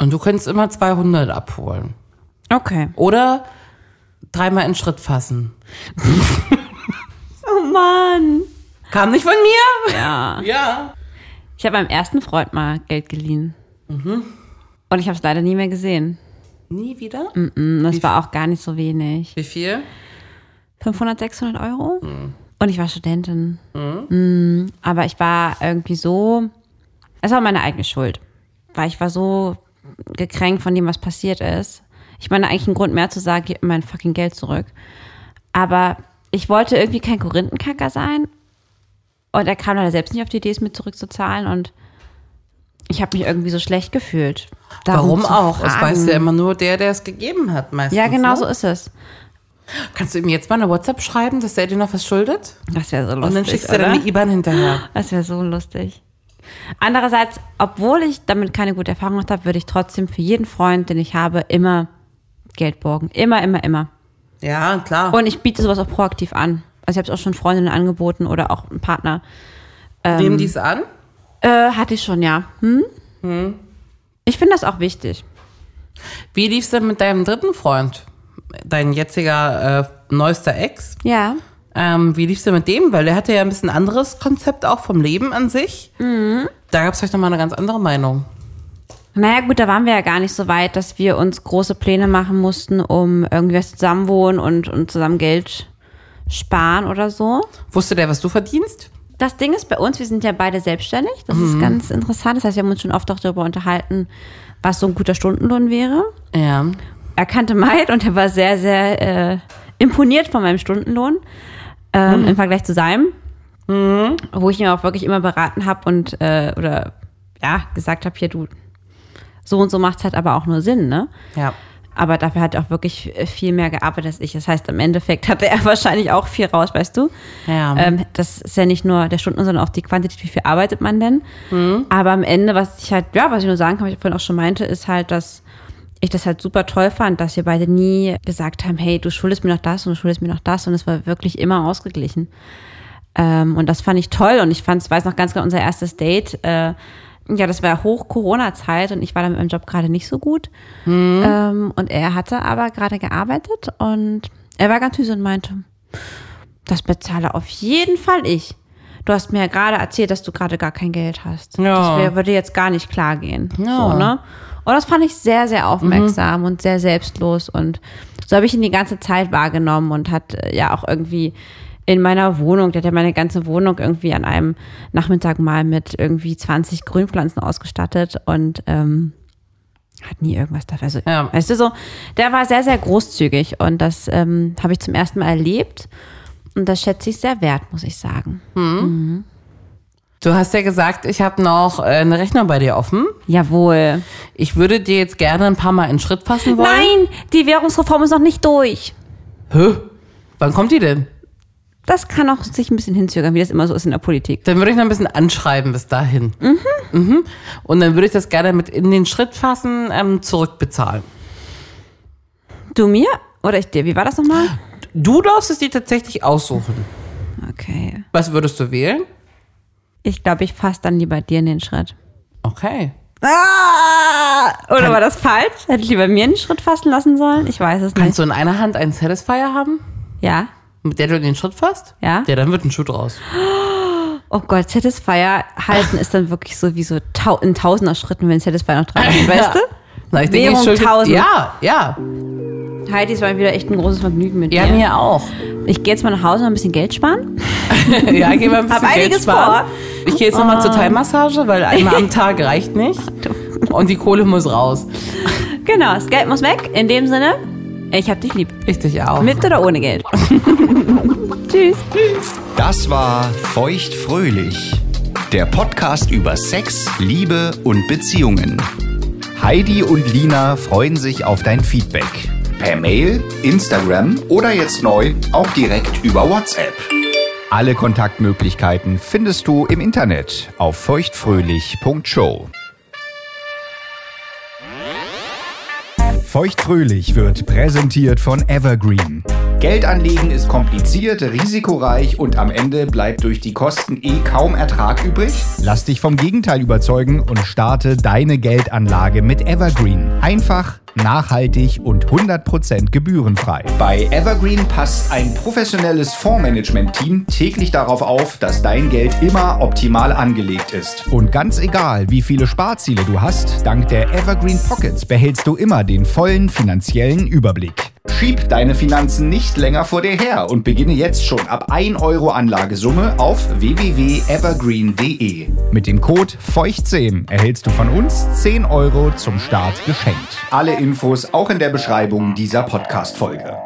Und du könntest immer 200 abholen. Okay. Oder dreimal in Schritt fassen. Oh Mann. Kam nicht von mir? Ja. Ja. Ich habe meinem ersten Freund mal Geld geliehen. Mhm. Und ich habe es leider nie mehr gesehen. Nie wieder? Und das war auch gar nicht so wenig. Wie viel? 500, 600 Euro? Mhm. Und ich war Studentin. Mhm. Aber ich war irgendwie so. Es war meine eigene Schuld. Weil ich war so gekränkt von dem, was passiert ist. Ich meine, eigentlich ein Grund mehr zu sagen, gib mir mein fucking Geld zurück. Aber ich wollte irgendwie kein Korinthenkacker sein. Und er kam leider selbst nicht auf die Idee, es mir zurückzuzahlen. Und ich habe mich irgendwie so schlecht gefühlt. Warum darum zu auch? Es fragen. weiß ja immer nur der, der es gegeben hat meistens. Ja, genau so Ne? ist es. Kannst du ihm jetzt mal eine WhatsApp schreiben, dass er dir noch was schuldet? Das wäre so lustig. Und dann schickst du oder? deine IBAN hinterher. Das wäre so lustig. Andererseits, obwohl ich damit keine gute Erfahrung gemacht habe, würde ich trotzdem für jeden Freund, den ich habe, immer Geld borgen. Immer, immer, immer. Ja, klar. Und ich biete sowas auch proaktiv an. Also ich habe es auch schon Freundinnen angeboten oder auch einen Partner. ähm, Nehmen die es an? Äh, hatte ich schon, ja. Hm? Ich finde das auch wichtig. Wie lief's denn mit deinem dritten Freund? Dein jetziger äh, neuester Ex? Ja. Ähm, wie lief's denn mit dem? Weil der hatte ja ein bisschen anderes Konzept auch vom Leben an sich. Da gab's vielleicht nochmal eine ganz andere Meinung. Naja, gut, da waren wir ja gar nicht so weit, dass wir uns große Pläne machen mussten, um irgendwie was zusammenwohnen und, und zusammen Geld sparen oder so. Wusste der, was du verdienst? Das Ding ist bei uns, wir sind ja beide selbstständig. Das ist ganz interessant. Das heißt, wir haben uns schon oft auch darüber unterhalten, was so ein guter Stundenlohn wäre. Ja. Er kannte Maid und er war sehr, sehr äh, imponiert von meinem Stundenlohn ähm, im Vergleich zu seinem, wo ich ihn auch wirklich immer beraten habe und äh, oder ja gesagt habe, hier du so und so macht's halt aber auch nur Sinn, ne? Ja. Aber dafür hat er auch wirklich viel mehr gearbeitet als ich. Das heißt, im Endeffekt hatte er wahrscheinlich auch viel raus, weißt du? Ja. Ähm, das ist ja nicht nur der Stunden, sondern auch die Quantität, wie viel arbeitet man denn. Aber am Ende, was ich halt, ja, was ich nur sagen kann, was ich vorhin auch schon meinte, ist halt, dass ich das halt super toll fand, dass wir beide nie gesagt haben, hey, du schuldest mir noch das und du schuldest mir noch das. Und es war wirklich immer ausgeglichen. Ähm, und das fand ich toll. Und ich fand, es weiß noch ganz genau, unser erstes Date. Äh, ja, das war Hoch-Corona-Zeit und ich war da mit meinem Job gerade nicht so gut. Mhm. Ähm, und er hatte aber gerade gearbeitet und er war ganz süß und meinte, das bezahle auf jeden Fall ich. Du hast mir ja gerade erzählt, dass du gerade gar kein Geld hast. Ja. Das wär, würde jetzt gar nicht klar gehen. Ja. Mhm. So, ne? Und das fand ich sehr, sehr aufmerksam und sehr selbstlos. Und so habe ich ihn die ganze Zeit wahrgenommen und hat äh, ja auch irgendwie in meiner Wohnung, der hat ja meine ganze Wohnung irgendwie an einem Nachmittag mal mit irgendwie 20 Grünpflanzen ausgestattet und ähm, hat nie irgendwas dafür. Also, Ja. Weißt du so, der war sehr, sehr großzügig und das ähm, habe ich zum ersten Mal erlebt. Und das schätze ich sehr wert, muss ich sagen. Du hast ja gesagt, ich habe noch äh, eine Rechnung bei dir offen. Jawohl. Ich würde dir jetzt gerne ein paar Mal in Schritt fassen wollen. Nein, die Währungsreform ist noch nicht durch. Hä? Wann kommt die denn? Das kann auch sich ein bisschen hinzögern, wie das immer so ist in der Politik. Dann würde ich noch ein bisschen anschreiben bis dahin. Mhm. mhm. Und dann würde ich das gerne mit in den Schritt fassen, ähm, zurückbezahlen. Du mir oder ich dir? Wie war das nochmal? Du darfst es dir tatsächlich aussuchen. Okay. Was würdest du wählen? Ich glaube, ich fasse dann lieber dir in den Schritt. Okay. Ah! Oder war das falsch? Hätte ich lieber mir einen Schritt fassen lassen sollen? Ich weiß es Kannst nicht. du in einer Hand einen Satisfier haben, Ja. mit der du den Schritt fasst? Ja. Ja, dann wird ein Schuh draus. Oh Gott, Satisfier halten ist dann wirklich so wie so tau in tausender Schritten, wenn Satisfier noch dran ist, weißt du? Na, ich denke, ich Währung schulde- 1000. Ja, ja. Heidi, es war wieder echt ein großes Vergnügen mit Ja, dir. mir auch. Ich gehe jetzt mal nach Hause und ein bisschen Geld sparen. Ja, gehen wir ein bisschen Hab Geld einiges sparen. vor. Ah. Ich gehe jetzt nochmal zur Teilmassage, weil einmal am Tag reicht nicht. Und die Kohle muss raus. Genau, das Geld muss weg. In dem Sinne, ich hab dich lieb. Ich dich auch. Mit oder ohne Geld. Tschüss. Das war Feuchtfröhlich, der Podcast über Sex, Liebe und Beziehungen. Heidi und Lina freuen sich auf dein Feedback. Per Mail, Instagram oder jetzt neu auch direkt über WhatsApp. Alle Kontaktmöglichkeiten findest du im Internet auf feuchtfröhlich.show. Feuchtfröhlich wird präsentiert von Evergreen. Geldanlegen ist kompliziert, risikoreich und am Ende bleibt durch die Kosten eh kaum Ertrag übrig? Lass dich vom Gegenteil überzeugen und starte deine Geldanlage mit Evergreen. Einfach, nachhaltig und 100% gebührenfrei. Bei Evergreen passt ein professionelles Fondsmanagement-Team täglich darauf auf, dass dein Geld immer optimal angelegt ist. Und ganz egal, wie viele Sparziele du hast, dank der Evergreen Pockets behältst du immer den vollen finanziellen Überblick. Schieb deine Finanzen nicht länger vor dir her und beginne jetzt schon ab 1 Euro Anlagesumme auf www.evergreen.de. Mit dem Code FEUCHT10 erhältst du von uns 10 Euro zum Start geschenkt. Alle Infos auch in der Beschreibung dieser Podcast-Folge.